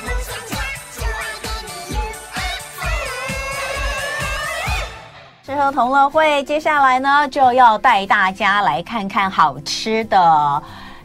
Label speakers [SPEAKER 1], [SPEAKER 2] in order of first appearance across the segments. [SPEAKER 1] 成同乐会，接下来呢就要带大家来看看好吃的。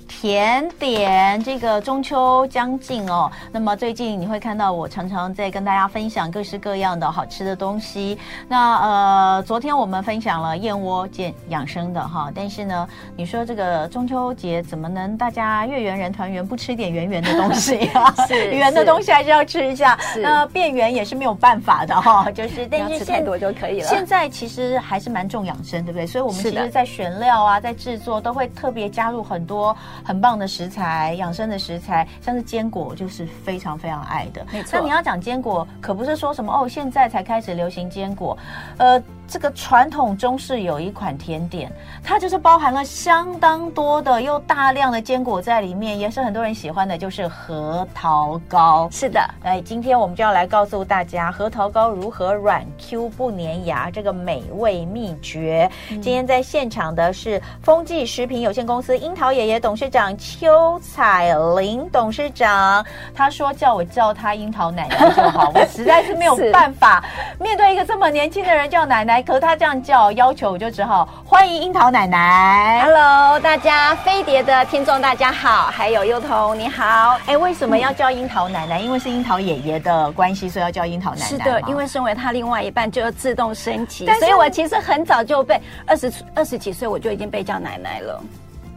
[SPEAKER 1] 甜点，这个中秋将近哦，那么最近你会看到我常常在跟大家分享各式各样的好吃的东西。那呃，昨天我们分享了燕窝健养生的哈，但是呢，你说这个中秋节怎么能大家月圆人团圆不吃点圆圆的东西啊？
[SPEAKER 2] 是
[SPEAKER 1] 圆的
[SPEAKER 2] 是
[SPEAKER 1] 东西还是要吃一下，
[SPEAKER 2] 是
[SPEAKER 1] 那变圆也是没有办法的哈，就是但
[SPEAKER 2] 不要
[SPEAKER 1] 是
[SPEAKER 2] 吃太
[SPEAKER 1] 现
[SPEAKER 2] 多就可以了。
[SPEAKER 1] 现在其实还是蛮重养生，对不对？所以我们
[SPEAKER 2] 是
[SPEAKER 1] 其
[SPEAKER 2] 的
[SPEAKER 1] 实，在选料啊，在制作都会特别加入很多很棒的食材、养生的食材，像是坚果，我就是非常非常爱的。
[SPEAKER 2] 没错
[SPEAKER 1] 那你要讲坚果，可不是说什么哦，现在才开始流行坚果，呃。这个传统中式有一款甜点，它就是包含了相当多的又大量的坚果在里面，也是很多人喜欢的，就是核桃糕。
[SPEAKER 2] 是的，
[SPEAKER 1] 哎，今天我们就要来告诉大家核桃糕如何软 Q 不粘牙这个美味秘诀。
[SPEAKER 2] 嗯
[SPEAKER 1] 今天在现场的是丰记食品有限公司樱桃爷爷董事长邱彩玲董事长，他说叫我叫他樱桃奶奶就 好，我实在是没有
[SPEAKER 2] 是
[SPEAKER 1] 办法面对一个这么年轻的人叫奶奶，可是他这样叫要求，我就只好欢迎樱桃奶奶。
[SPEAKER 2] Hello，大家飞碟的听众大家好，还有幼童你好。
[SPEAKER 1] 哎，为什么要叫樱桃奶奶？因为是樱桃爷爷的关系，所以要叫樱桃奶奶吗。
[SPEAKER 2] 是的，因为身为他另外一半就自动升级
[SPEAKER 1] 但，是
[SPEAKER 2] 所以我其实很早就被二十二十几岁我就已经被叫奶奶了。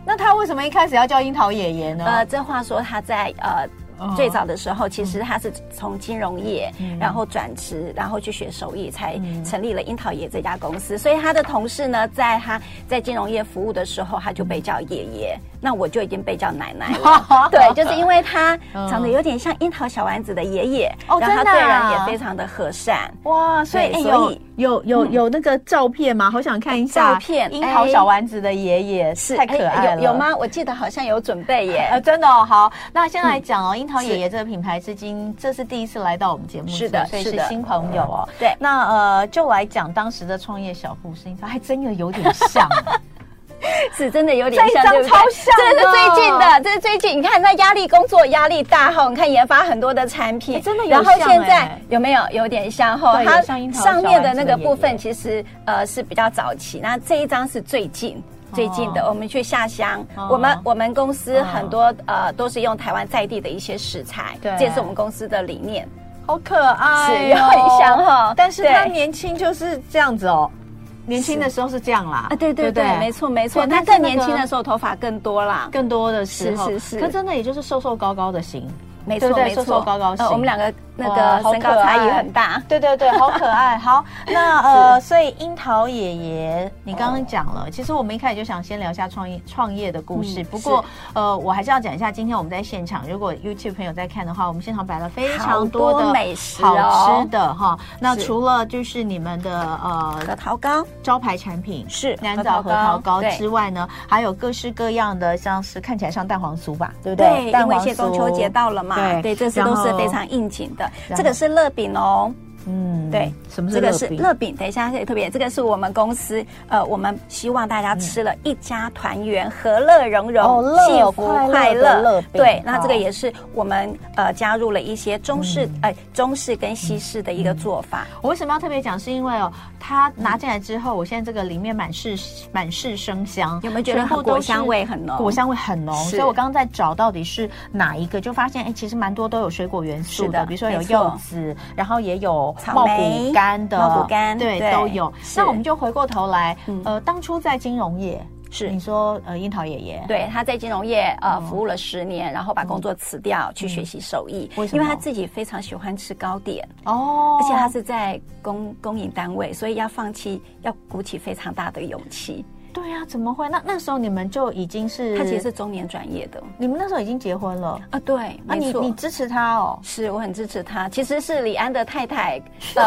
[SPEAKER 1] 那他为什么一开始要叫樱桃爷爷呢？
[SPEAKER 2] 呃，这话说他在呃。
[SPEAKER 1] 哦
[SPEAKER 2] 最早的时候，其实他是从金融业，
[SPEAKER 1] 嗯
[SPEAKER 2] 然后转职，然后去学手艺，才
[SPEAKER 1] 嗯
[SPEAKER 2] 成立了樱桃爷这家公司。所以他的同事呢，在他在金融业服务的时候，他就被叫爷爷，那我就已经被叫奶奶 了。对，就是因为他
[SPEAKER 1] 嗯
[SPEAKER 2] 长得有点像樱桃小丸子的爷爷，
[SPEAKER 1] 哦
[SPEAKER 2] 然后他
[SPEAKER 1] 真的
[SPEAKER 2] 对
[SPEAKER 1] 啊
[SPEAKER 2] 人也非常的和善。
[SPEAKER 1] 哇，所以、嗯哦
[SPEAKER 2] 对
[SPEAKER 1] 哎
[SPEAKER 2] 所以
[SPEAKER 1] 有有有有那个照片吗？好想看一下
[SPEAKER 2] 照片
[SPEAKER 1] 樱桃
[SPEAKER 2] 哎
[SPEAKER 1] 小丸子的爷爷、是太可
[SPEAKER 2] 哎
[SPEAKER 1] 爱了，
[SPEAKER 2] 有有？吗？我记得好像有准备耶。
[SPEAKER 1] 呃，真的哦，好，那先来讲哦，樱桃爷爷这个品牌至今这是第一次来到我们节目，
[SPEAKER 2] 是的
[SPEAKER 1] 所以
[SPEAKER 2] 是
[SPEAKER 1] 是
[SPEAKER 2] 的
[SPEAKER 1] 新朋友哦。
[SPEAKER 2] 对
[SPEAKER 1] 那呃，就来讲当时的创业小故事，你发还真的有点像，啊
[SPEAKER 2] 是真的有点像，
[SPEAKER 1] 这一张
[SPEAKER 2] 对不对
[SPEAKER 1] 超像的
[SPEAKER 2] 这是最近的，这是最近。你看，那压力工作压力大后，你看研发很多的产
[SPEAKER 1] 哎
[SPEAKER 2] 品，
[SPEAKER 1] 真的有
[SPEAKER 2] 然后
[SPEAKER 1] 像
[SPEAKER 2] 现
[SPEAKER 1] 哎
[SPEAKER 2] 在有没有有点像后
[SPEAKER 1] 对？有
[SPEAKER 2] 它
[SPEAKER 1] 像樱桃
[SPEAKER 2] 上面的
[SPEAKER 1] 小丸
[SPEAKER 2] 那
[SPEAKER 1] 子的
[SPEAKER 2] 个
[SPEAKER 1] 爷爷
[SPEAKER 2] 部分其实呃是比较早期，那这一张是最近。最近的，
[SPEAKER 1] 哦
[SPEAKER 2] 我们去下乡，
[SPEAKER 1] 哦
[SPEAKER 2] 我们我们公司
[SPEAKER 1] 哦
[SPEAKER 2] 很多呃都是用台湾在地的一些食材，
[SPEAKER 1] 对
[SPEAKER 2] 这也是我们公司的理念，
[SPEAKER 1] 好可爱、哦
[SPEAKER 2] 是有很像哈
[SPEAKER 1] 但是
[SPEAKER 2] 对
[SPEAKER 1] 他年轻就是这样子哦，年轻的时候是这样啦，
[SPEAKER 2] 啊，对对
[SPEAKER 1] 不
[SPEAKER 2] 对，没错没错。
[SPEAKER 1] 对但
[SPEAKER 2] 那
[SPEAKER 1] 是
[SPEAKER 2] 更
[SPEAKER 1] 那
[SPEAKER 2] 年轻
[SPEAKER 1] 个
[SPEAKER 2] 的时候头发更多啦，
[SPEAKER 1] 更多的时候，
[SPEAKER 2] 是是是
[SPEAKER 1] 可真的也就是瘦瘦高高的型，
[SPEAKER 2] 没
[SPEAKER 1] 对
[SPEAKER 2] 错
[SPEAKER 1] 对
[SPEAKER 2] 没
[SPEAKER 1] 瘦
[SPEAKER 2] 错，哦
[SPEAKER 1] 瘦高高型
[SPEAKER 2] 我们两个那
[SPEAKER 1] 哇好
[SPEAKER 2] 个身
[SPEAKER 1] 可
[SPEAKER 2] 高差异
[SPEAKER 1] 爱
[SPEAKER 2] 很大。
[SPEAKER 1] 对对 对，好可爱。好，那呃，所以樱桃爷爷，你刚刚讲了，其实我们一开始就想先聊一下创业创业的故事。
[SPEAKER 2] 嗯
[SPEAKER 1] 不过呃，我还是要讲一下，今天我们在现场，如果 YouTube 朋友在看的话，我们现场摆了非常多
[SPEAKER 2] 好
[SPEAKER 1] 的
[SPEAKER 2] 多美食哦
[SPEAKER 1] 好吃的哈。那
[SPEAKER 2] 是
[SPEAKER 1] 除了就是你们的呃
[SPEAKER 2] 核桃糕
[SPEAKER 1] 招牌产品
[SPEAKER 2] 是
[SPEAKER 1] 南枣核桃糕
[SPEAKER 2] 对
[SPEAKER 1] 之外呢，还有各式各样的，像是看起来像蛋黄酥吧，对不对？
[SPEAKER 2] 对，因为现在中秋节，到了嘛，
[SPEAKER 1] 对
[SPEAKER 2] 对，这些
[SPEAKER 1] 然
[SPEAKER 2] 都
[SPEAKER 1] 后
[SPEAKER 2] 是非常应景的
[SPEAKER 1] 然后。
[SPEAKER 2] 这个是乐饼哦，
[SPEAKER 1] 嗯
[SPEAKER 2] 对，
[SPEAKER 1] 什么是
[SPEAKER 2] 这个是
[SPEAKER 1] 饼
[SPEAKER 2] 乐饼。等一下，这里特别，这个是我们公司，呃，我们希望大家吃了一家团圆，和乐融
[SPEAKER 1] 嗯哦
[SPEAKER 2] 融，
[SPEAKER 1] 乐
[SPEAKER 2] 幸福
[SPEAKER 1] 快
[SPEAKER 2] 快
[SPEAKER 1] 乐的乐
[SPEAKER 2] 乐
[SPEAKER 1] 饼。哦
[SPEAKER 2] 对，
[SPEAKER 1] 好
[SPEAKER 2] 那这个也是我们呃加入了一些中式，
[SPEAKER 1] 嗯
[SPEAKER 2] 呃，中式跟西式的一个做法。
[SPEAKER 1] 我为什么要特别讲？是因为哦，它拿进来之后，我现在这个里面满是满是生香，
[SPEAKER 2] 有没有觉得
[SPEAKER 1] 全部
[SPEAKER 2] 它果
[SPEAKER 1] 都是
[SPEAKER 2] 香味很浓
[SPEAKER 1] 果香味很浓，
[SPEAKER 2] 是
[SPEAKER 1] 所以我刚刚在找到底是哪一个，就发现哎，其实蛮多都有水果元素
[SPEAKER 2] 是
[SPEAKER 1] 的，
[SPEAKER 2] 的
[SPEAKER 1] 比如说有
[SPEAKER 2] 没错
[SPEAKER 1] 柚子，然后也有
[SPEAKER 2] 草
[SPEAKER 1] 茂
[SPEAKER 2] 莓
[SPEAKER 1] 谷柑的，
[SPEAKER 2] 茂谷柑
[SPEAKER 1] 对，
[SPEAKER 2] 对
[SPEAKER 1] 都有。
[SPEAKER 2] 是
[SPEAKER 1] 那我们就回过头来
[SPEAKER 2] 嗯，
[SPEAKER 1] 呃，当初在金融业，
[SPEAKER 2] 是
[SPEAKER 1] 你说呃，樱桃爷爷，
[SPEAKER 2] 对，他在金融业呃
[SPEAKER 1] 哦嗯
[SPEAKER 2] 服务了十年，然后把工作辞掉去学习手艺，
[SPEAKER 1] 为什
[SPEAKER 2] 因为
[SPEAKER 1] 么
[SPEAKER 2] 他自己非常喜欢吃糕点，
[SPEAKER 1] 哦，
[SPEAKER 2] 而且他是在公公营单位，所以要放弃，要鼓起非常大的勇气。
[SPEAKER 1] 对啊，怎么会？那那时候你们就已经是，
[SPEAKER 2] 他其实是中年转业的
[SPEAKER 1] 你们那时候已经结婚了。
[SPEAKER 2] 啊，对，
[SPEAKER 1] 啊，
[SPEAKER 2] 没
[SPEAKER 1] 你
[SPEAKER 2] 错。
[SPEAKER 1] 你支持他哦，
[SPEAKER 2] 是我很支持他，其实是李安的 太太，呃，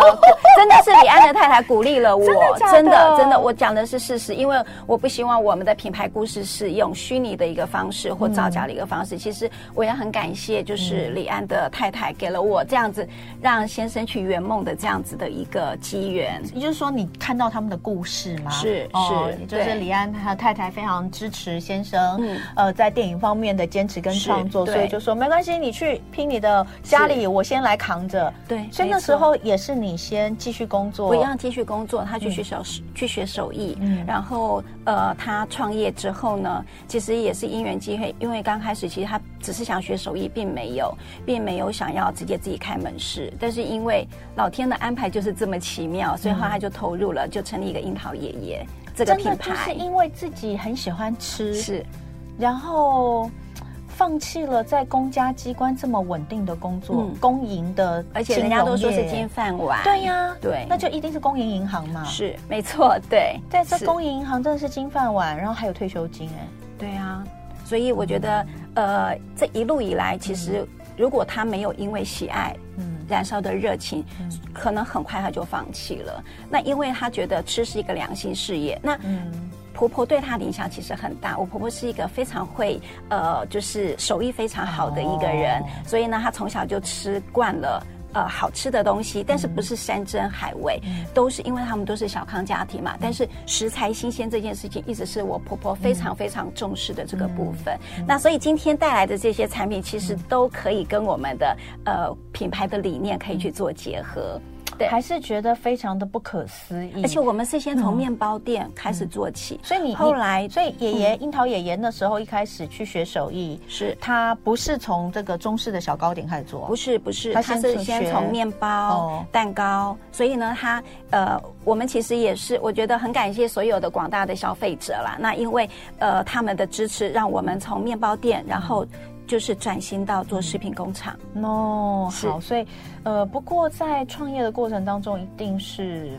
[SPEAKER 2] 真的是李安的太太鼓励了我，
[SPEAKER 1] 真的假的
[SPEAKER 2] 真的真的我讲的是事实，因为我不希望我们的品牌故事是用虚拟的一个方式或造
[SPEAKER 1] 嗯
[SPEAKER 2] 假的一个方式。其实我也很感谢，就是李安的太太给了我这样子让先生去圆梦的这样子的一个机缘。
[SPEAKER 1] 也就是说，你看到他们的故事吗？
[SPEAKER 2] 是
[SPEAKER 1] 哦
[SPEAKER 2] 是嗯
[SPEAKER 1] 就是是李安还有太太非常支持先生，呃，在电影方面的坚持跟创作，
[SPEAKER 2] 是
[SPEAKER 1] 所以
[SPEAKER 2] 对
[SPEAKER 1] 就说没关系，你去拼你的家里，
[SPEAKER 2] 是
[SPEAKER 1] 我先来扛着。
[SPEAKER 2] 对
[SPEAKER 1] 所以那
[SPEAKER 2] 没错
[SPEAKER 1] 时候也是你先继续工作，
[SPEAKER 2] 我一样继续工作，他去学手、去学手艺，
[SPEAKER 1] 哦嗯
[SPEAKER 2] 然后呃，他创业之后呢，其实也是因缘机会，因为刚开始其实他只是想学手艺，并没有，并没有想要直接自己开门市，但是因为老天的安排就是这么奇妙，所以后来他就投入了，就成立一个樱桃爷爷这个
[SPEAKER 1] 真的
[SPEAKER 2] 品
[SPEAKER 1] 就是
[SPEAKER 2] 牌，
[SPEAKER 1] 因为自己很喜欢吃，
[SPEAKER 2] 是
[SPEAKER 1] 然后放弃了在公家机关这么稳定的工作，
[SPEAKER 2] 嗯
[SPEAKER 1] 公营的，
[SPEAKER 2] 而且人家都说是金。饭碗，
[SPEAKER 1] 对呀、
[SPEAKER 2] 对
[SPEAKER 1] 那就一定是公营银行嘛。
[SPEAKER 2] 是没错，对，
[SPEAKER 1] 对，这
[SPEAKER 2] 是
[SPEAKER 1] 公营银行真的是金饭碗，然后还有退休金哎、
[SPEAKER 2] 对啊，所以我觉得，呃，这一路以来，其实如果他没有因为喜爱
[SPEAKER 1] 嗯
[SPEAKER 2] 燃烧的热情，可能很快他就放弃了。那因为他觉得吃是一个良心事业，那
[SPEAKER 1] 嗯，
[SPEAKER 2] 婆婆对她的影响其实很大。我婆婆是一个非常会，呃，就是手艺非常好的一个人，
[SPEAKER 1] 哦
[SPEAKER 2] 所以呢，她从小就吃惯了。呃，好吃的东西，但是不是山珍海味，都是因为他们都是小康家庭嘛。但是食材新鲜这件事情，一直是我婆婆非常非常重视的这个部分。那所以今天带来的这些产品，其实都可以跟我们的呃品牌的理念可以去做结合。对，
[SPEAKER 1] 还是觉得非常的不可思议。
[SPEAKER 2] 而且我们是先从面包店开始做起，
[SPEAKER 1] 所以你
[SPEAKER 2] 后
[SPEAKER 1] 你
[SPEAKER 2] 来嗯
[SPEAKER 1] 所以爷爷、樱桃爷爷那时候一开始去学手艺，
[SPEAKER 2] 是
[SPEAKER 1] 他不是从这个中式的小糕点开始做，
[SPEAKER 2] 不是不是，
[SPEAKER 1] 他
[SPEAKER 2] 他
[SPEAKER 1] 先
[SPEAKER 2] 是
[SPEAKER 1] 从
[SPEAKER 2] 先
[SPEAKER 1] 学
[SPEAKER 2] 从面包、
[SPEAKER 1] 哦
[SPEAKER 2] 蛋糕，所以呢，他呃，我们其实也是，我觉得很感谢所有的广大的消费者啦。那因为呃他们的支持，让我们从面包店，然后就是转型到做食品工厂。
[SPEAKER 1] 哦，
[SPEAKER 2] 是
[SPEAKER 1] 好，所以呃，不过在创业的过程当中，一定是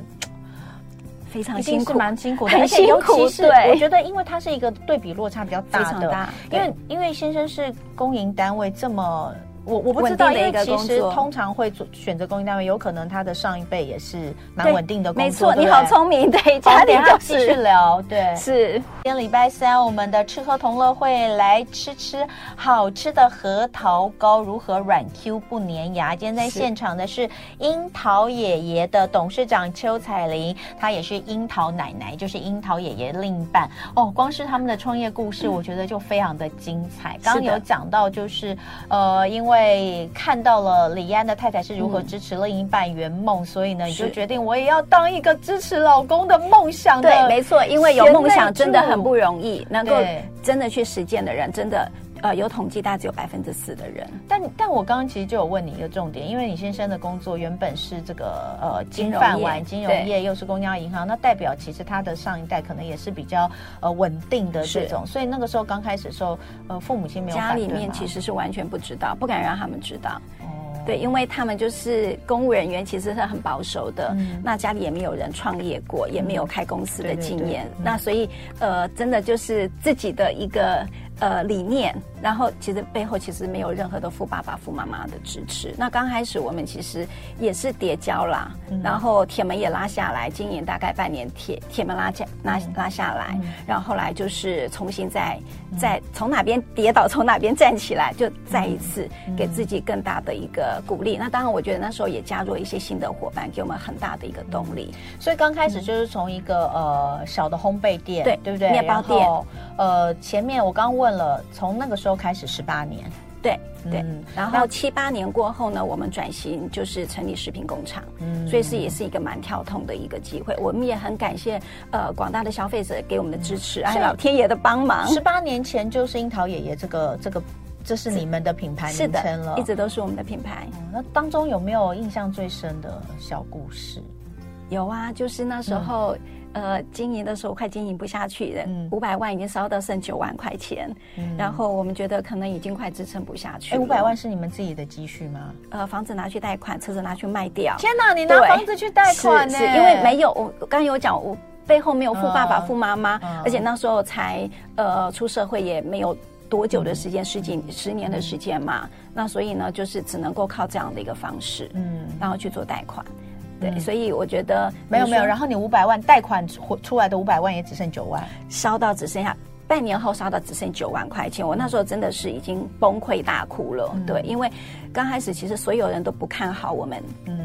[SPEAKER 2] 非常
[SPEAKER 1] 一
[SPEAKER 2] 辛
[SPEAKER 1] 定是
[SPEAKER 2] 苦，
[SPEAKER 1] 蛮辛苦的，
[SPEAKER 2] 很
[SPEAKER 1] 而且尤
[SPEAKER 2] 辛
[SPEAKER 1] 其
[SPEAKER 2] 苦
[SPEAKER 1] 是
[SPEAKER 2] 对
[SPEAKER 1] 我觉得，因为它是一个对比落差比较
[SPEAKER 2] 非
[SPEAKER 1] 大
[SPEAKER 2] 常
[SPEAKER 1] 的，
[SPEAKER 2] 大，
[SPEAKER 1] 因
[SPEAKER 2] 对
[SPEAKER 1] 为因为先生是公营单位这么。我我不知道，
[SPEAKER 2] 稳
[SPEAKER 1] 因
[SPEAKER 2] 定的
[SPEAKER 1] 为
[SPEAKER 2] 一个
[SPEAKER 1] 其实
[SPEAKER 2] 工作
[SPEAKER 1] 通常会做选择公营单位，有可能他的上一辈也是蛮
[SPEAKER 2] 对
[SPEAKER 1] 稳定的工
[SPEAKER 2] 没
[SPEAKER 1] 作。
[SPEAKER 2] 错，
[SPEAKER 1] 对
[SPEAKER 2] 你
[SPEAKER 1] 不
[SPEAKER 2] 好
[SPEAKER 1] 对
[SPEAKER 2] 聪明，对，
[SPEAKER 1] 好
[SPEAKER 2] 家
[SPEAKER 1] 等
[SPEAKER 2] 里
[SPEAKER 1] 一下
[SPEAKER 2] 就
[SPEAKER 1] 继续
[SPEAKER 2] 是
[SPEAKER 1] 聊。对，
[SPEAKER 2] 是。
[SPEAKER 1] 今天礼拜三，我们的吃喝同乐会来吃吃好吃的核桃糕，如何软 Q 不粘牙？今天在
[SPEAKER 2] 是
[SPEAKER 1] 现场的是樱桃爷爷的董事长邱彩玲，她也是樱桃奶奶，就是樱桃爷爷另一半。哦，光是他们的创业故事，我觉得就非常的精彩。刚刚
[SPEAKER 2] 嗯是的
[SPEAKER 1] 有讲到，就是呃，因为看到了李安的太太是如何
[SPEAKER 2] 嗯
[SPEAKER 1] 支持另一半圆梦，所以呢，你就是决定我也要当一个支持老公的梦想的。
[SPEAKER 2] 对，没错，因为有
[SPEAKER 1] 贤
[SPEAKER 2] 梦
[SPEAKER 1] 内
[SPEAKER 2] 想真的很
[SPEAKER 1] 助
[SPEAKER 2] 不容易，能够
[SPEAKER 1] 对
[SPEAKER 2] 真的去实践的人，真的呃有统计，大概只有百分之四的人。
[SPEAKER 1] 但但我刚刚其实就有问你一个重点，因为你先生的工作原本是这个呃
[SPEAKER 2] 金
[SPEAKER 1] 金
[SPEAKER 2] 融
[SPEAKER 1] 饭
[SPEAKER 2] 业
[SPEAKER 1] 碗、金融
[SPEAKER 2] 对
[SPEAKER 1] 业，又是公交银行，那代表其实他的上一代可能也是比较呃稳定的这
[SPEAKER 2] 是
[SPEAKER 1] 种，所以那个时候刚开始的时候，呃父母亲没有
[SPEAKER 2] 家
[SPEAKER 1] 反对
[SPEAKER 2] 里面
[SPEAKER 1] 吗
[SPEAKER 2] 其实是完全不知道，不敢让他们知道。
[SPEAKER 1] 哦
[SPEAKER 2] 对，因为他们就是公务人员，其实是很保守的。
[SPEAKER 1] 嗯
[SPEAKER 2] 那家里也没有人创业过，也没有开公司的
[SPEAKER 1] 对对
[SPEAKER 2] 经
[SPEAKER 1] 对
[SPEAKER 2] 验。
[SPEAKER 1] 嗯
[SPEAKER 2] 那所以呃，真的就是自己的一个呃理念，然后其实背后其实没有任何的富爸爸、富妈妈的支持。那刚开始我们其实也是叠交啦，
[SPEAKER 1] 嗯
[SPEAKER 2] 然后铁门也拉下来，经营大概半年铁，铁门拉下拉拉下来，
[SPEAKER 1] 嗯
[SPEAKER 2] 然后后来就是重新再再从哪边跌倒从哪边站起来，就再一次
[SPEAKER 1] 嗯
[SPEAKER 2] 给自己更大的一个鼓励。那当然，我觉得那时候也加入了一些新的伙伴，给我们很大的一个动力。
[SPEAKER 1] 所以刚开始就是从一个、呃小的烘焙店，
[SPEAKER 2] 对
[SPEAKER 1] 对不对？
[SPEAKER 2] 面包店
[SPEAKER 1] 然后，呃前面我刚问了，从那个时候开始十八年，
[SPEAKER 2] 对对，
[SPEAKER 1] 嗯
[SPEAKER 2] 然后七八年过后呢，我们转型就是成立食品工厂，
[SPEAKER 1] 嗯
[SPEAKER 2] 所以是也是一个蛮跳痛的一个机会。我们也很感谢呃广大的消费者给我们的支持，还
[SPEAKER 1] 所
[SPEAKER 2] 有
[SPEAKER 1] 以
[SPEAKER 2] 老天爷的帮忙。
[SPEAKER 1] 十八年前就是樱桃爷爷这个这个。这是你们的品牌
[SPEAKER 2] 是
[SPEAKER 1] 名称
[SPEAKER 2] 的
[SPEAKER 1] 了，，
[SPEAKER 2] 一直都是我们的品牌。
[SPEAKER 1] 哦那当中有没有印象最深的小故事？
[SPEAKER 2] 有啊，就是那时候，呃，经营的时候快经营不下去了
[SPEAKER 1] 嗯，
[SPEAKER 2] 五百、万已经烧到剩九万块钱，然后我们觉得可能已经快支撑不下去
[SPEAKER 1] 哎，
[SPEAKER 2] 了。
[SPEAKER 1] 五百万是你们自己的积蓄吗？
[SPEAKER 2] 呃，房子拿去贷款，车子拿去卖掉，
[SPEAKER 1] 天哪，你拿
[SPEAKER 2] 对
[SPEAKER 1] 房子去贷款呢？
[SPEAKER 2] 是是因为没有我我刚刚有讲我。背后没有富爸爸、
[SPEAKER 1] 嗯
[SPEAKER 2] 富妈妈，
[SPEAKER 1] 嗯
[SPEAKER 2] 而且那时候才呃出社会也没有多久的时间，十几
[SPEAKER 1] 嗯
[SPEAKER 2] 十年的时间嘛。那所以呢，就是只能够靠这样的一个方式，
[SPEAKER 1] 嗯，
[SPEAKER 2] 然后去做贷款。对，
[SPEAKER 1] 嗯
[SPEAKER 2] 所以我觉得
[SPEAKER 1] 没有没有。然
[SPEAKER 2] 后
[SPEAKER 1] 后你五百万贷款出出来的五百万也只剩九万，
[SPEAKER 2] 烧到只剩下半年后烧到只剩九万块钱，我那时候真的是已经崩溃大哭了。对，因为刚开始其实所有人都不看好我们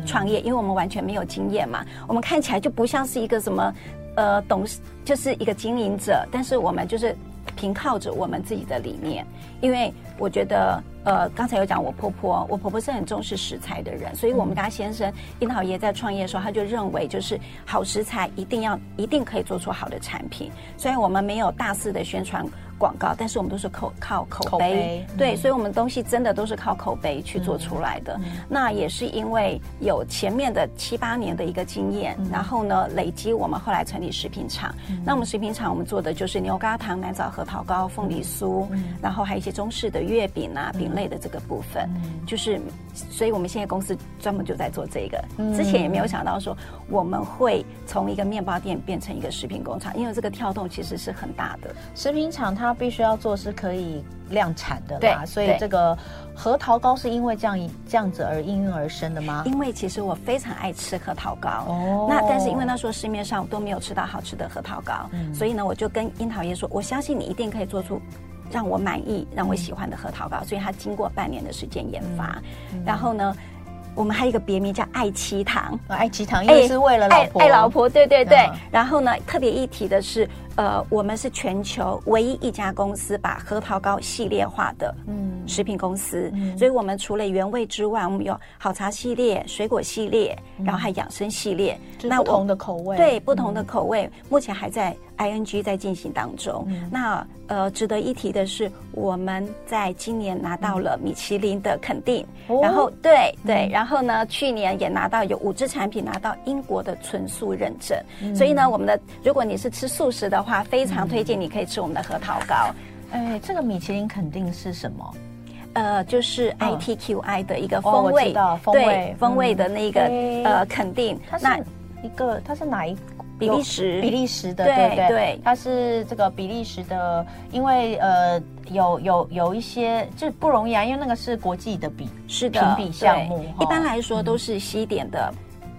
[SPEAKER 2] 创业，因为我们完全没有经验嘛，我们看起来就不像是一个什么。呃董事就是一个经营者，但是我们就是凭靠着我们自己的理念，因为我觉得呃刚才有讲我婆婆，我婆婆是很重视食材的人，所以我们家先生樱桃爷在创业的时候，他就认为就是好食材一定要一定可以做出好的产品，虽然我们没有大肆的宣传。广告，但是我们都是口靠口
[SPEAKER 1] 口
[SPEAKER 2] 碑，
[SPEAKER 1] 碑
[SPEAKER 2] 对，
[SPEAKER 1] 嗯
[SPEAKER 2] 所以我们东西真的都是靠口碑去做出来的。那也是因为有前面的七八年的一个经验，然后呢，累积我们后来成立食品厂。那我们食品厂我们做的就是牛轧糖、南枣核桃糕、凤梨酥，然后还有一些中式的月饼啊、饼类的这个部分，
[SPEAKER 1] 嗯
[SPEAKER 2] 就是，所以我们现在公司专门就在做这个。之前也没有想到说我们会从一个面包店变成一个食品工厂，因为这个跳动其实是很大的。
[SPEAKER 1] 食品厂它必须要做是可以量产的啦，
[SPEAKER 2] 对
[SPEAKER 1] 所以
[SPEAKER 2] 对
[SPEAKER 1] 这个核桃糕是因为这样这样子而应运而生的吗？
[SPEAKER 2] 因为其实我非常爱吃核桃糕，
[SPEAKER 1] 哦
[SPEAKER 2] 那但是因为那时候市面上都没有吃到好吃的核桃糕，
[SPEAKER 1] 嗯
[SPEAKER 2] 所以呢，我就跟樱桃爷说，我相信你一定可以做出。让我满意、让我喜欢的核桃
[SPEAKER 1] 嗯
[SPEAKER 2] 糕，所以它经过半年的时间研发，然后呢，我们还有一个别名叫爱妻糖，
[SPEAKER 1] 啊爱鸡糖，因为是为了哎老婆，
[SPEAKER 2] 爱爱老婆，对对对。
[SPEAKER 1] 嗯
[SPEAKER 2] 然后呢，特别一提的是，呃，我们是全球唯一一家公司把核桃糕系列化的，嗯，食品公司。
[SPEAKER 1] 嗯
[SPEAKER 2] 所以我们除了原味之外，我们有好茶系列、水果系列，然后还养生系列。
[SPEAKER 1] 就是嗯不
[SPEAKER 2] 我
[SPEAKER 1] 同的口味，
[SPEAKER 2] 对，不同的
[SPEAKER 1] 嗯
[SPEAKER 2] 口味，目前还在 ING 在进行当中。
[SPEAKER 1] 嗯
[SPEAKER 2] 那呃，值得一提的是，我们在今年拿到了米其林的肯定，
[SPEAKER 1] 哦
[SPEAKER 2] 然后对对，然后呢，去年也拿到有五支产品拿到英国的纯素认证。
[SPEAKER 1] 嗯
[SPEAKER 2] 所以呢，我们的如果你是吃素食的话，非常推荐你可以吃我们的核桃糕。
[SPEAKER 1] 哎，这个米其林肯定是什么？
[SPEAKER 2] 呃，就是
[SPEAKER 1] 嗯
[SPEAKER 2] ITQI 的一个
[SPEAKER 1] 哦
[SPEAKER 2] 风
[SPEAKER 1] 我
[SPEAKER 2] 味，
[SPEAKER 1] 知道风
[SPEAKER 2] 对
[SPEAKER 1] 味
[SPEAKER 2] 风味
[SPEAKER 1] 嗯
[SPEAKER 2] 的那个、
[SPEAKER 1] 诶
[SPEAKER 2] 呃肯定。
[SPEAKER 1] 它
[SPEAKER 2] 那
[SPEAKER 1] 是一个，它是哪一？
[SPEAKER 2] 比利时
[SPEAKER 1] 比利时的，
[SPEAKER 2] 对
[SPEAKER 1] 对不对？
[SPEAKER 2] 对
[SPEAKER 1] 它是这个比利时的，因为呃，有有有一些就不容易啊，因为那个是国际的比，
[SPEAKER 2] 是的，
[SPEAKER 1] 评比项目
[SPEAKER 2] 对
[SPEAKER 1] 哈嗯
[SPEAKER 2] 一般来说都是西点的，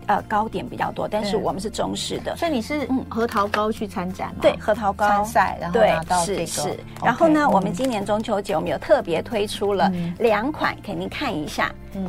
[SPEAKER 2] 呃，糕点比较多，但是
[SPEAKER 1] 对
[SPEAKER 2] 我们是中式的。
[SPEAKER 1] 所以你是核桃糕去参展吗？
[SPEAKER 2] 嗯对，核桃糕
[SPEAKER 1] 参赛然后
[SPEAKER 2] 对
[SPEAKER 1] 拿到这个
[SPEAKER 2] 是是
[SPEAKER 1] OK，。
[SPEAKER 2] 然后呢，
[SPEAKER 1] 嗯
[SPEAKER 2] 我们今年中秋节我们有特别推出了
[SPEAKER 1] 嗯
[SPEAKER 2] 两款，给您看一下，
[SPEAKER 1] 嗯，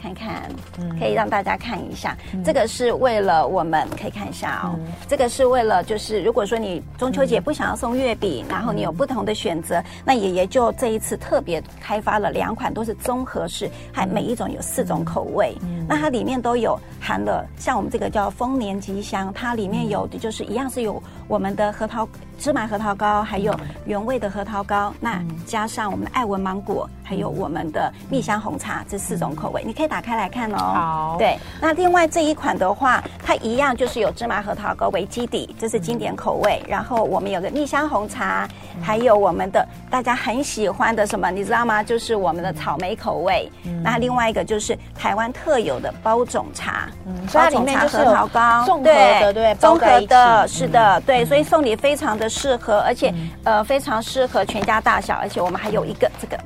[SPEAKER 2] 看看
[SPEAKER 1] 嗯，
[SPEAKER 2] 可以让大家看一下。这个是为了我们可以看一下哦，
[SPEAKER 1] 嗯
[SPEAKER 2] 这个是为了就是如果说你中秋节不想要送月饼，然后你
[SPEAKER 1] 嗯
[SPEAKER 2] 有不同的选择，那爷爷就这一次特别开发了两款都是综合式，
[SPEAKER 1] 嗯
[SPEAKER 2] 还每一种有四种口味。那它里面都有含了，像我们这个叫丰年吉祥，它里面有的就是一样是有我们的核桃芝麻核桃糕，还有原味的核桃糕，那加上我们的爱文芒果，还有我们的蜜香红茶这四种口味，你可以打开来看哦。
[SPEAKER 1] 好
[SPEAKER 2] 对，那另外这一款的话，它一样就是有芝麻核桃糕为基底，这是经典口味。
[SPEAKER 1] 嗯
[SPEAKER 2] 然后我们有个蜜香红茶，还有我们的大家很喜欢的什么，你知道吗？就是我们的草莓口味。
[SPEAKER 1] 嗯
[SPEAKER 2] 那另外一个就是台湾特有的包种茶，
[SPEAKER 1] 嗯所以它
[SPEAKER 2] 包
[SPEAKER 1] 里
[SPEAKER 2] 种
[SPEAKER 1] 面
[SPEAKER 2] 茶
[SPEAKER 1] 就是
[SPEAKER 2] 核桃糕，
[SPEAKER 1] 有综合的对包
[SPEAKER 2] 综
[SPEAKER 1] 在一起
[SPEAKER 2] 合
[SPEAKER 1] 嗯
[SPEAKER 2] 的，是的，对，所以送礼非常的适合，而且呃非常适合全家大小，而且我们还有一个这个，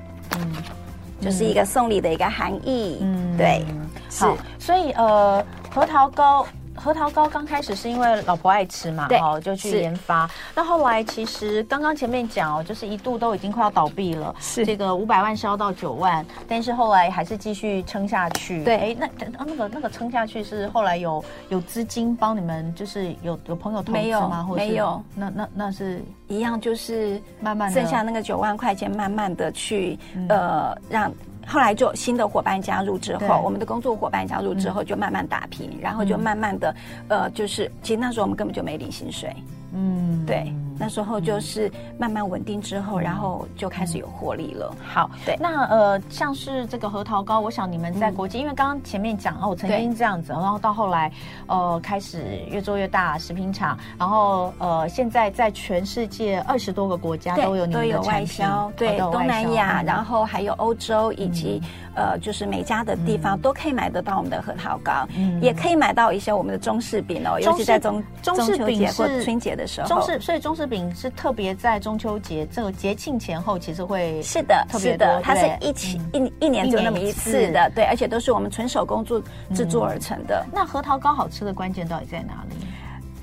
[SPEAKER 2] 就是一个送礼的一个含义，
[SPEAKER 1] 嗯
[SPEAKER 2] 对，是
[SPEAKER 1] 好，所以呃，核桃糕。核桃糕刚开始是因为老婆爱吃嘛，
[SPEAKER 2] 对
[SPEAKER 1] 哦，就去
[SPEAKER 2] 是
[SPEAKER 1] 研发。那后来其实刚刚前面讲哦，就是一度都已经快要倒闭了，
[SPEAKER 2] 是
[SPEAKER 1] 这个五百万烧到九万，但是后来还是继续撑下去。
[SPEAKER 2] 对
[SPEAKER 1] 哎，那那那个那个撑下去是后来有有资金帮你们，就是有有朋友投资吗？
[SPEAKER 2] 没有
[SPEAKER 1] 或者是
[SPEAKER 2] 没有，
[SPEAKER 1] 那那那是
[SPEAKER 2] 一样就是
[SPEAKER 1] 慢慢地嗯
[SPEAKER 2] 剩下那个九万块钱，慢慢的去、呃让。后来就新的伙伴加入之
[SPEAKER 1] 对嗯
[SPEAKER 2] 后，我们的工作伙伴加入之后，就慢慢打平，然后就慢慢的，呃，就是其实那时候我们根本就没领薪水，
[SPEAKER 1] 嗯，
[SPEAKER 2] 对，那时候就是慢慢稳定之后，然后就开始有获利了。
[SPEAKER 1] 好，
[SPEAKER 2] 对
[SPEAKER 1] 那呃，像是这个核桃糕，我想你们在国
[SPEAKER 2] 嗯
[SPEAKER 1] 际，因为刚刚前面讲哦，曾经这样子，然后到后来，呃，开始越做越大，食品厂，然后呃，现在在全世界二十多个国家
[SPEAKER 2] 对
[SPEAKER 1] 都有你们的产
[SPEAKER 2] 外
[SPEAKER 1] 品
[SPEAKER 2] 销
[SPEAKER 1] 哦，
[SPEAKER 2] 对
[SPEAKER 1] 都有
[SPEAKER 2] 东
[SPEAKER 1] 外
[SPEAKER 2] 南
[SPEAKER 1] 销
[SPEAKER 2] 亚，
[SPEAKER 1] 嗯
[SPEAKER 2] 然后还有欧洲以及呃，就是美加的地
[SPEAKER 1] 嗯
[SPEAKER 2] 方都可以买得到我们的核桃糕，也可以买到一些我们的中式饼哦，尤
[SPEAKER 1] 中
[SPEAKER 2] 其
[SPEAKER 1] 式
[SPEAKER 2] 在中
[SPEAKER 1] 中式
[SPEAKER 2] 中秋
[SPEAKER 1] 饼
[SPEAKER 2] 节或
[SPEAKER 1] 是
[SPEAKER 2] 春节的时候，
[SPEAKER 1] 中式，所以中式饼是特别在中秋节这个节庆前后，其实会
[SPEAKER 2] 是的，
[SPEAKER 1] 特别
[SPEAKER 2] 是的
[SPEAKER 1] 多，
[SPEAKER 2] 它是
[SPEAKER 1] 对嗯
[SPEAKER 2] 一起一一年只有那么一
[SPEAKER 1] 一年一
[SPEAKER 2] 次
[SPEAKER 1] 次嗯
[SPEAKER 2] 的，对，而且都是我们纯手工做制作而成的。
[SPEAKER 1] 那核桃糕好吃的关键到底在哪里？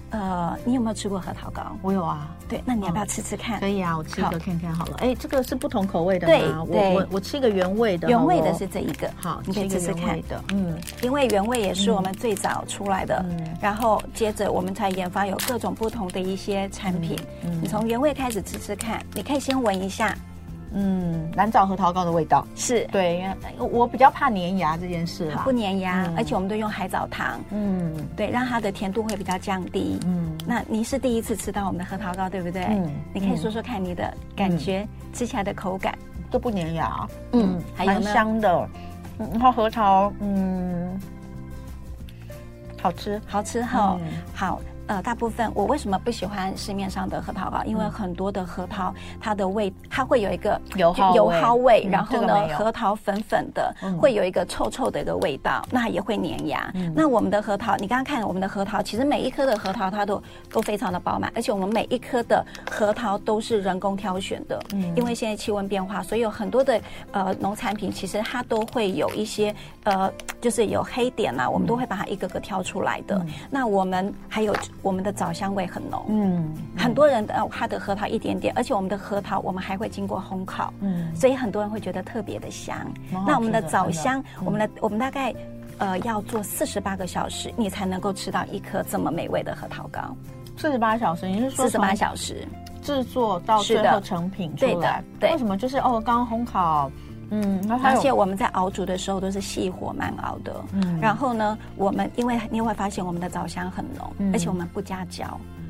[SPEAKER 2] 呃，你有没有吃过核桃糕？
[SPEAKER 1] 我有啊，
[SPEAKER 2] 对，那你要不要吃吃看？
[SPEAKER 1] 可以啊，我吃一
[SPEAKER 2] 好
[SPEAKER 1] 个看看好了。哎，这个是不同口味的
[SPEAKER 2] 对
[SPEAKER 1] 吗？
[SPEAKER 2] 对
[SPEAKER 1] 我我我吃一个原味的好了，
[SPEAKER 2] 原味的是这一个，
[SPEAKER 1] 哦好，
[SPEAKER 2] 你可以
[SPEAKER 1] 吃
[SPEAKER 2] 吃
[SPEAKER 1] 一
[SPEAKER 2] 吃
[SPEAKER 1] 个原
[SPEAKER 2] 看
[SPEAKER 1] 味。的，嗯，
[SPEAKER 2] 因为原味也是我们最早出来的，
[SPEAKER 1] 嗯
[SPEAKER 2] 然后接着我们才研发有各种不同的一些产品。
[SPEAKER 1] 嗯嗯
[SPEAKER 2] 你从原味开始吃吃看，你可以先闻一下，
[SPEAKER 1] 嗯，难找核桃糕的味道。
[SPEAKER 2] 是
[SPEAKER 1] 对，呃我比较怕粘牙这件事
[SPEAKER 2] 它
[SPEAKER 1] 啦
[SPEAKER 2] 不。粘牙，
[SPEAKER 1] 嗯
[SPEAKER 2] 而且我们都用海藻糖，
[SPEAKER 1] 嗯
[SPEAKER 2] 对，让它的甜度会比较降低。
[SPEAKER 1] 嗯，
[SPEAKER 2] 那你是第一次吃到我们的核桃糕，对不对？
[SPEAKER 1] 嗯
[SPEAKER 2] 你可以说说看你的感觉，吃起来的口感。
[SPEAKER 1] 都不粘牙。
[SPEAKER 2] 嗯
[SPEAKER 1] 嗯，
[SPEAKER 2] 还有
[SPEAKER 1] 蛮
[SPEAKER 2] 呢
[SPEAKER 1] 香的。嗯，然后核桃，嗯，好吃。
[SPEAKER 2] 好吃后、
[SPEAKER 1] 嗯
[SPEAKER 2] 好。呃，大部分我为什么不喜欢市面上的核桃糕？因为很多的核桃它的味，它会有一个
[SPEAKER 1] 嗯油耗味
[SPEAKER 2] 油耗味，
[SPEAKER 1] 嗯
[SPEAKER 2] 然后
[SPEAKER 1] 这个
[SPEAKER 2] 呢，
[SPEAKER 1] 没有
[SPEAKER 2] 核桃粉粉的，
[SPEAKER 1] 嗯
[SPEAKER 2] 会有一个臭臭的一个味道，那也会粘牙。
[SPEAKER 1] 嗯
[SPEAKER 2] 那我们的核桃，你刚刚看我们的核桃，其实每一颗的核桃它都都非常的饱满，而且我们每一颗的核桃都是人工挑选的，
[SPEAKER 1] 嗯
[SPEAKER 2] 因为现在气温变化，所以有很多的呃农产品其实它都会有一些呃就是有黑点呐、我们都会把它一个个挑出来的。
[SPEAKER 1] 嗯
[SPEAKER 2] 那我们还有我们的枣香味很浓。
[SPEAKER 1] 嗯，
[SPEAKER 2] 很多人的呃它的核桃一点点，而且我们的核桃我们还会经过烘烤，
[SPEAKER 1] 嗯
[SPEAKER 2] 所以很多人会觉得特别的香
[SPEAKER 1] 蛮好吃的。
[SPEAKER 2] 那我们的枣
[SPEAKER 1] 哦真
[SPEAKER 2] 香
[SPEAKER 1] 的，嗯
[SPEAKER 2] 我们的我们大概呃要做四十八个小时，你才能够吃到一颗这么美味的核桃糕。
[SPEAKER 1] 四十八小时，你是说
[SPEAKER 2] 四十八
[SPEAKER 1] 从
[SPEAKER 2] 小时，
[SPEAKER 1] 制作到
[SPEAKER 2] 是的
[SPEAKER 1] 最后成品出来？
[SPEAKER 2] 对的对
[SPEAKER 1] 为什么就是哦，刚刚烘烤，嗯，然后还
[SPEAKER 2] 而
[SPEAKER 1] 有
[SPEAKER 2] 且我们在熬煮的时候都是细火慢熬的。
[SPEAKER 1] 嗯
[SPEAKER 2] 然后呢，我们因为你会发现我们的枣香很浓，
[SPEAKER 1] 嗯
[SPEAKER 2] 而且我们不加胶。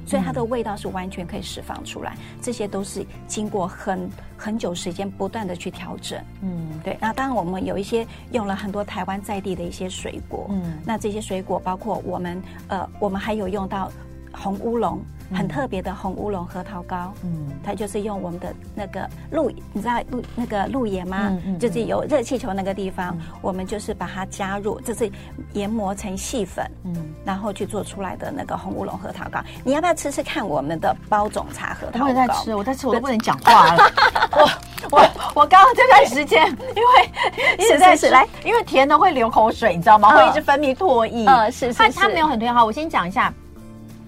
[SPEAKER 2] 所以它的味道是完全可以释放出来，这些都是经过很很久时间不断的去调整。
[SPEAKER 1] 嗯
[SPEAKER 2] 对，那当然我们有一些用了很多台湾在地的一些水果，
[SPEAKER 1] 嗯
[SPEAKER 2] 那这些水果包括我们呃，我们还有用到红乌龙，很特别的红乌龙核桃糕。
[SPEAKER 1] 嗯
[SPEAKER 2] 它就是用我们的那个鹿，你知道鹿那个鹿盐吗？
[SPEAKER 1] 嗯嗯
[SPEAKER 2] 就是有热气球那个地方，我们就是把它加入，就是研磨成细粉，
[SPEAKER 1] 嗯，
[SPEAKER 2] 然后去做出来的那个红乌龙核桃糕。你要不要吃吃看我们的包种茶核
[SPEAKER 1] 我
[SPEAKER 2] 桃
[SPEAKER 1] 不
[SPEAKER 2] 糕？
[SPEAKER 1] 能再吃，我再吃我都不能讲话了。我我我刚刚这段时间，因为一直在吃，
[SPEAKER 2] 是是是来，
[SPEAKER 1] 因为甜的会流口水，你知道吗？
[SPEAKER 2] 嗯
[SPEAKER 1] 会一直分泌唾液。
[SPEAKER 2] 嗯是是
[SPEAKER 1] 它它
[SPEAKER 2] 是
[SPEAKER 1] 没有很甜。好，我先讲一下，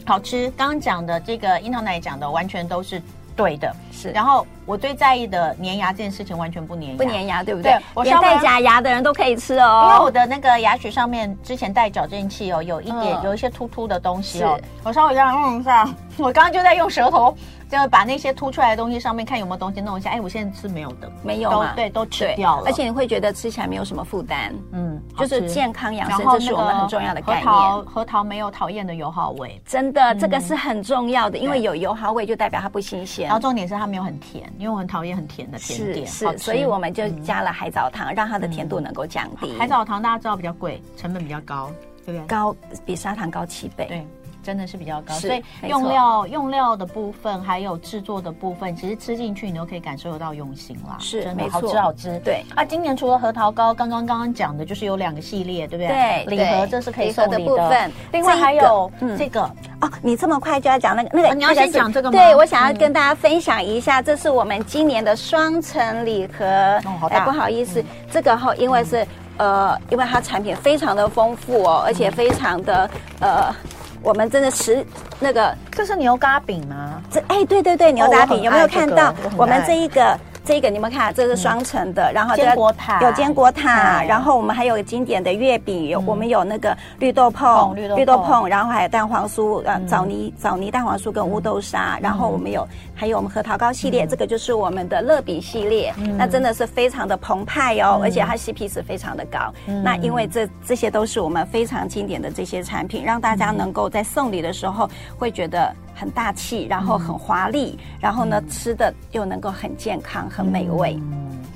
[SPEAKER 1] 好吃。刚刚讲的这个樱桃奶讲的完全都是对的。
[SPEAKER 2] 是
[SPEAKER 1] 然后我最在意的粘牙这件事情完全不粘牙，
[SPEAKER 2] 不粘牙，对不对
[SPEAKER 1] 对？我
[SPEAKER 2] 连
[SPEAKER 1] 上班
[SPEAKER 2] 带假牙的人都可以吃
[SPEAKER 1] 因为
[SPEAKER 2] 哦
[SPEAKER 1] 我。的那个牙齿上面之前戴矫正器哦，有一点、
[SPEAKER 2] 嗯
[SPEAKER 1] 有一些突突的东西哦
[SPEAKER 2] 是，
[SPEAKER 1] 我稍微这样弄一下，我刚刚就在用舌头，就把那些凸出来的东西上面看有没有东西弄一下，哎，我现在是没有的，
[SPEAKER 2] 没有
[SPEAKER 1] 都
[SPEAKER 2] 嘛？
[SPEAKER 1] 对，都吃
[SPEAKER 2] 对
[SPEAKER 1] 掉了，
[SPEAKER 2] 而且你会觉得吃起来没有什么负担，
[SPEAKER 1] 嗯，
[SPEAKER 2] 就
[SPEAKER 1] 好
[SPEAKER 2] 是
[SPEAKER 1] 吃
[SPEAKER 2] 健康养
[SPEAKER 1] 然
[SPEAKER 2] 生，
[SPEAKER 1] 后
[SPEAKER 2] 这是我们很重要的概
[SPEAKER 1] 那个核桃
[SPEAKER 2] 念。
[SPEAKER 1] 核桃没有讨厌的油耗味，
[SPEAKER 2] 真的，这个是很重要的，因为
[SPEAKER 1] 对
[SPEAKER 2] 有油耗味就代表它不新鲜
[SPEAKER 1] 嗯然。后重点是它没有很甜，因为我很讨厌很甜的甜
[SPEAKER 2] 是
[SPEAKER 1] 点，好
[SPEAKER 2] 是，
[SPEAKER 1] 吃嗯
[SPEAKER 2] 所以我们就加了海藻糖，让它的甜度能够降低。
[SPEAKER 1] 海藻糖大家知道比较贵，成本比较高，对不对？
[SPEAKER 2] 高比砂糖高七倍，
[SPEAKER 1] 对，真的是比较高，
[SPEAKER 2] 是
[SPEAKER 1] 所以
[SPEAKER 2] 没
[SPEAKER 1] 用
[SPEAKER 2] 错
[SPEAKER 1] 料用料的部分，还有制作的部分，其实吃进去你都可以感受得到用心啦，
[SPEAKER 2] 是
[SPEAKER 1] 真
[SPEAKER 2] 没
[SPEAKER 1] 的好
[SPEAKER 2] 错
[SPEAKER 1] 吃好吃。
[SPEAKER 2] 对
[SPEAKER 1] 啊，今年除了核桃糕，刚刚刚刚讲的就是有两个系列，对不对？
[SPEAKER 2] 对
[SPEAKER 1] 礼盒
[SPEAKER 2] 对
[SPEAKER 1] 这是可以
[SPEAKER 2] 礼
[SPEAKER 1] 送
[SPEAKER 2] 盒
[SPEAKER 1] 礼的
[SPEAKER 2] 的部分
[SPEAKER 1] 另外
[SPEAKER 2] 这一
[SPEAKER 1] 还有
[SPEAKER 2] 个嗯
[SPEAKER 1] 这个，
[SPEAKER 2] 哦，你这么快就要讲那个那个？
[SPEAKER 1] 啊你要
[SPEAKER 2] 那
[SPEAKER 1] 先
[SPEAKER 2] 是
[SPEAKER 1] 讲这个吗
[SPEAKER 2] 对，我想要跟大家分享一下，这是我们今年的双层礼盒。
[SPEAKER 1] 哦好大
[SPEAKER 2] 哎不好意思，这个哈，因为是呃，因为它产品非常的丰富
[SPEAKER 1] 嗯
[SPEAKER 2] 哦，而且非常的呃，我们真的实那个
[SPEAKER 1] 这是牛轧饼吗？
[SPEAKER 2] 这哎，对对对，牛杂
[SPEAKER 1] 哦我
[SPEAKER 2] 饼、
[SPEAKER 1] 很
[SPEAKER 2] 有没有
[SPEAKER 1] 爱这个
[SPEAKER 2] 看到？
[SPEAKER 1] 我很
[SPEAKER 2] 我们
[SPEAKER 1] 爱嗯
[SPEAKER 2] 这一个这一个，你们看，啊这是双层的，然后这
[SPEAKER 1] 坚果塔
[SPEAKER 2] 有坚果塔，
[SPEAKER 1] 嗯
[SPEAKER 2] 然后我们还有经典的月饼，有我们有那个绿豆
[SPEAKER 1] 哦
[SPEAKER 2] 椪
[SPEAKER 1] 绿豆，
[SPEAKER 2] 椪，然后还有蛋黄酥，呃，枣泥枣泥蛋黄酥跟乌豆沙，然后我们有还有我们核桃糕系列，这个就是我们的乐比系列，那真的是非常的澎湃哦，而且它 CP 值非常的高。那因为这这些都是我们非常经典的这些产品，让大家能够在送礼的时候会觉得。很大气，然后很华丽，然后呢，吃的又能够很健康、很美
[SPEAKER 1] 嗯
[SPEAKER 2] 味，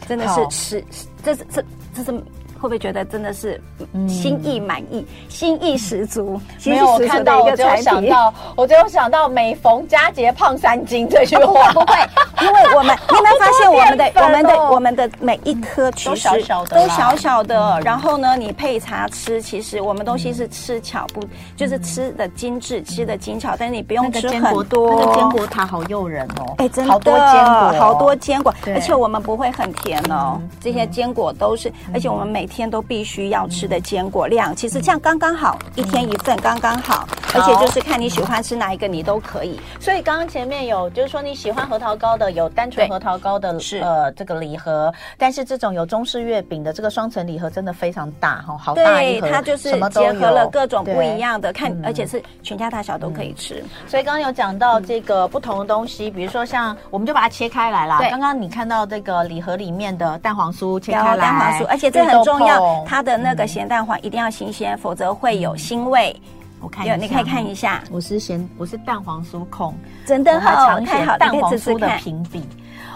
[SPEAKER 2] 真的
[SPEAKER 1] 好
[SPEAKER 2] 是吃，这是这这是会不会觉得真的是心意满意、心意十足、
[SPEAKER 1] 嗯
[SPEAKER 2] 心
[SPEAKER 1] 没
[SPEAKER 2] 意
[SPEAKER 1] 有，我
[SPEAKER 2] 十足
[SPEAKER 1] 看到
[SPEAKER 2] 的一
[SPEAKER 1] 我
[SPEAKER 2] 个
[SPEAKER 1] 只有
[SPEAKER 2] 产
[SPEAKER 1] 想
[SPEAKER 2] 品？
[SPEAKER 1] 到，我只有想到每逢佳节胖三斤这句话，
[SPEAKER 2] 不会， 因为我 们你有没有发现我们的
[SPEAKER 1] 好多淀粉哦嗯
[SPEAKER 2] 我们的我们的每一颗其实
[SPEAKER 1] 都小小的啦嗯
[SPEAKER 2] 都小小的，然后呢，你配茶吃，其实我们东西是吃巧不，就是吃的精致，
[SPEAKER 1] 嗯
[SPEAKER 2] 吃的精巧，但是你不用吃很多。
[SPEAKER 1] 那个坚果塔好诱人哦，
[SPEAKER 2] 哎，真的
[SPEAKER 1] 好多坚果，哦
[SPEAKER 2] 好多。坚果，
[SPEAKER 1] 对嗯
[SPEAKER 2] 而且我们不会很甜哦。这些坚果都是，而且我们每天都必须要吃的坚果
[SPEAKER 1] 嗯
[SPEAKER 2] 量，其实这样刚刚好，一天一份刚刚好，而且就是看你喜欢吃哪一个，你都可以。
[SPEAKER 1] 所以刚刚前面有，就是说你喜欢核桃糕的，有单纯
[SPEAKER 2] 对
[SPEAKER 1] 核桃糕的，
[SPEAKER 2] 是
[SPEAKER 1] 呃这个礼盒，但是这种有中式月饼的这个双层礼盒真的非常大哈，好大一
[SPEAKER 2] 对，
[SPEAKER 1] 盒，
[SPEAKER 2] 它就是
[SPEAKER 1] 什么都
[SPEAKER 2] 结合了
[SPEAKER 1] 有嗯
[SPEAKER 2] 各种不一。
[SPEAKER 1] 对
[SPEAKER 2] 样的，看而且是全家大小都可以吃。
[SPEAKER 1] 所以刚刚有讲到这个不同的东西，比如说像我们就把它切开来啦。
[SPEAKER 2] 对
[SPEAKER 1] 刚刚你看到这个礼盒里面的蛋黄酥切
[SPEAKER 2] 然
[SPEAKER 1] 开
[SPEAKER 2] 后
[SPEAKER 1] 来，
[SPEAKER 2] 蛋黄酥，而且这
[SPEAKER 1] 绿豆
[SPEAKER 2] 很重要，
[SPEAKER 1] 椪
[SPEAKER 2] 它的那个咸蛋黄一定要新鲜，否则会有腥味。
[SPEAKER 1] 我看一
[SPEAKER 2] 有，
[SPEAKER 1] 下，
[SPEAKER 2] 你可以看一。下，
[SPEAKER 1] 我是咸，我是蛋黄酥控，
[SPEAKER 2] 真的
[SPEAKER 1] 我还
[SPEAKER 2] 好，
[SPEAKER 1] 尝
[SPEAKER 2] 太
[SPEAKER 1] 鲜
[SPEAKER 2] 好，
[SPEAKER 1] 蛋
[SPEAKER 2] 你可以
[SPEAKER 1] 黄
[SPEAKER 2] 试试
[SPEAKER 1] 酥的
[SPEAKER 2] 看
[SPEAKER 1] 评比。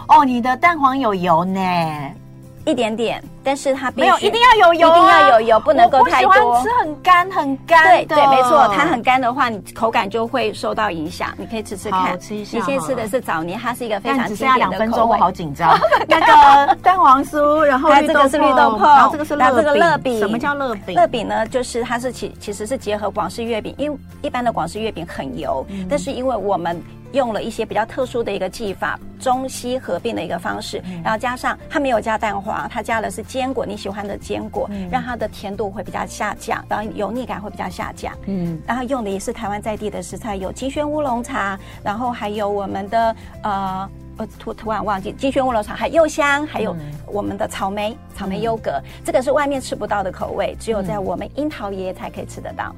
[SPEAKER 1] 哦，你的蛋黄有油呢？
[SPEAKER 2] 一点点，但是它必须
[SPEAKER 1] 没有，一定要有油、啊，
[SPEAKER 2] 一定要有油，不能够太
[SPEAKER 1] 我不喜欢
[SPEAKER 2] 多
[SPEAKER 1] 吃。很干很干
[SPEAKER 2] 对
[SPEAKER 1] 的。
[SPEAKER 2] 对，没错，它很干的话，你口感就会受到影响。你可以吃吃
[SPEAKER 1] 好
[SPEAKER 2] 看，
[SPEAKER 1] 吃一下
[SPEAKER 2] 你现在
[SPEAKER 1] 好
[SPEAKER 2] 吃的
[SPEAKER 1] 了
[SPEAKER 2] 是枣泥，它是一个非
[SPEAKER 1] 但
[SPEAKER 2] 常
[SPEAKER 1] 只
[SPEAKER 2] 经
[SPEAKER 1] 剩下
[SPEAKER 2] 典
[SPEAKER 1] 两
[SPEAKER 2] 的
[SPEAKER 1] 分
[SPEAKER 2] 口
[SPEAKER 1] 钟，我
[SPEAKER 2] 味。
[SPEAKER 1] 好紧张。 那个蛋黄酥，然后
[SPEAKER 2] 还有
[SPEAKER 1] 绿
[SPEAKER 2] 这
[SPEAKER 1] 豆
[SPEAKER 2] 个是绿豆
[SPEAKER 1] 椪
[SPEAKER 2] 椪
[SPEAKER 1] 然后这个是
[SPEAKER 2] 然后这个
[SPEAKER 1] 乐
[SPEAKER 2] 乐饼
[SPEAKER 1] 什么叫乐饼？
[SPEAKER 2] 乐饼呢，就是它是其其实是结合广式月饼，因为一般的广式月饼很油，但是因为我们用了一些比较特殊的一个技法，中西合并的一个方式，
[SPEAKER 1] 嗯
[SPEAKER 2] 然后加上它没有加蛋黄，它加的是坚果，你喜欢的坚果，
[SPEAKER 1] 嗯
[SPEAKER 2] 让它的甜度会比较下降，然后油腻感会比较下降。
[SPEAKER 1] 嗯，
[SPEAKER 2] 然后用的也是台湾在地的食材，有金萱乌龙茶，然后还有我们的呃。呃，突突然忘记金萱乌龙茶，还有柚香，还有我们的草莓、草莓优格，这个是外面吃不到的口味，只有在我们樱桃爷才可以吃得到。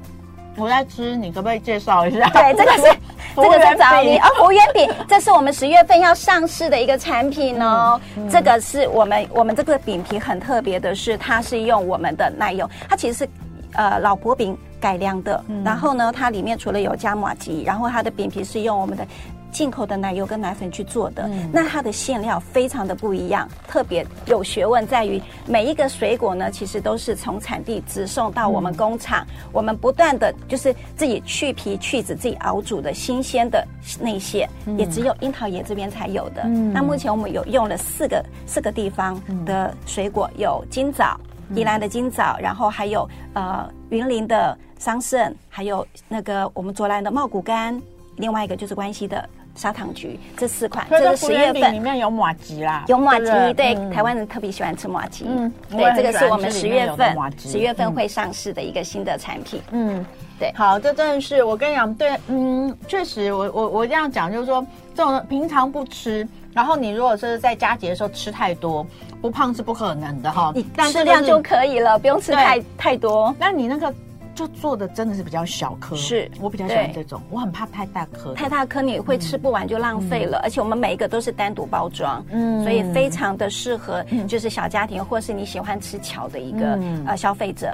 [SPEAKER 1] 我在吃，你可不可以介绍一下？
[SPEAKER 2] 对，这个是
[SPEAKER 1] 服务
[SPEAKER 2] 这个
[SPEAKER 1] 员
[SPEAKER 2] 是枣
[SPEAKER 1] 饼
[SPEAKER 2] 泥，而胡圆饼，这是我们十月份要上市的一个产品哦。这个是我们我们这个饼皮很特别的是，它是用我们的奶油，它其实是呃老婆饼改良的，然后呢，它里面除了有加马吉，然后它的饼皮是用我们的。进口的奶油跟奶粉去做的，那它的馅料非常的不一样，特别有学问，在于每一个水果呢，其实都是从产地直送到我们工厂，我们不断的就是自己去皮去籽，自己熬煮的新鲜的内馅，也只有樱桃爷这边才有的。
[SPEAKER 1] 嗯
[SPEAKER 2] 那目前我们有用了四个四个地方的水果，有金枣。
[SPEAKER 1] 嗯
[SPEAKER 2] 宜兰的金枣，然后还有呃云林的桑葚，还有那个我们卓兰的茂谷柑，另外一个就是关西的砂糖橘，这四款，
[SPEAKER 1] 所以
[SPEAKER 2] 这
[SPEAKER 1] 这
[SPEAKER 2] 是
[SPEAKER 1] 福
[SPEAKER 2] 十
[SPEAKER 1] 源
[SPEAKER 2] 月
[SPEAKER 1] 饼
[SPEAKER 2] 份
[SPEAKER 1] 里面有马吉啦，
[SPEAKER 2] 有马吉
[SPEAKER 1] 不，
[SPEAKER 2] 对，
[SPEAKER 1] 嗯
[SPEAKER 2] 台湾人特别喜欢吃马吉。
[SPEAKER 1] 嗯我也很喜
[SPEAKER 2] 对，这个是
[SPEAKER 1] 欢
[SPEAKER 2] 我们
[SPEAKER 1] 吃
[SPEAKER 2] 十
[SPEAKER 1] 里面
[SPEAKER 2] 月
[SPEAKER 1] 有的
[SPEAKER 2] 份
[SPEAKER 1] 麻吉
[SPEAKER 2] 十月份
[SPEAKER 1] 嗯
[SPEAKER 2] 会上市的一个新的产品。
[SPEAKER 1] 嗯，
[SPEAKER 2] 对
[SPEAKER 1] 好，这真的是我跟你讲，对，嗯，确实，我我我这样讲就是说，这种平常不吃，然后你如果是在佳节的时候吃太多，不胖是不可能的哈。
[SPEAKER 2] 你
[SPEAKER 1] 但
[SPEAKER 2] 适
[SPEAKER 1] 是
[SPEAKER 2] 量
[SPEAKER 1] 是
[SPEAKER 2] 就可以了，不用吃
[SPEAKER 1] 对
[SPEAKER 2] 太太多。
[SPEAKER 1] 那你那个就做的真的是比较小颗，
[SPEAKER 2] 是
[SPEAKER 1] 我比较喜欢
[SPEAKER 2] 对
[SPEAKER 1] 这种，我很怕太大颗的。
[SPEAKER 2] 太大颗你会吃不完就浪费了，而且我们每一个都是单独包装，
[SPEAKER 1] 嗯
[SPEAKER 2] 嗯，所以非常的适合就是小家庭或是你喜欢吃巧的一个、
[SPEAKER 1] 嗯
[SPEAKER 2] 呃消费者。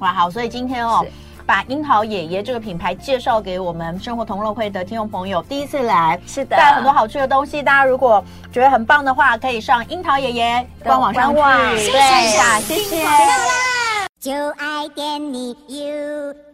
[SPEAKER 1] 哇，好，所以今天哦
[SPEAKER 2] 是。
[SPEAKER 1] 把樱桃爷爷这个品牌介绍给我们生活同乐会的听众朋友，第一次来
[SPEAKER 2] 是的
[SPEAKER 1] 带了很多好吃的东西。大家如果觉得很棒的话，可以上樱桃爷爷官网上去
[SPEAKER 2] 官网
[SPEAKER 1] 对一下，谢谢。
[SPEAKER 3] 就爱点你 UFO。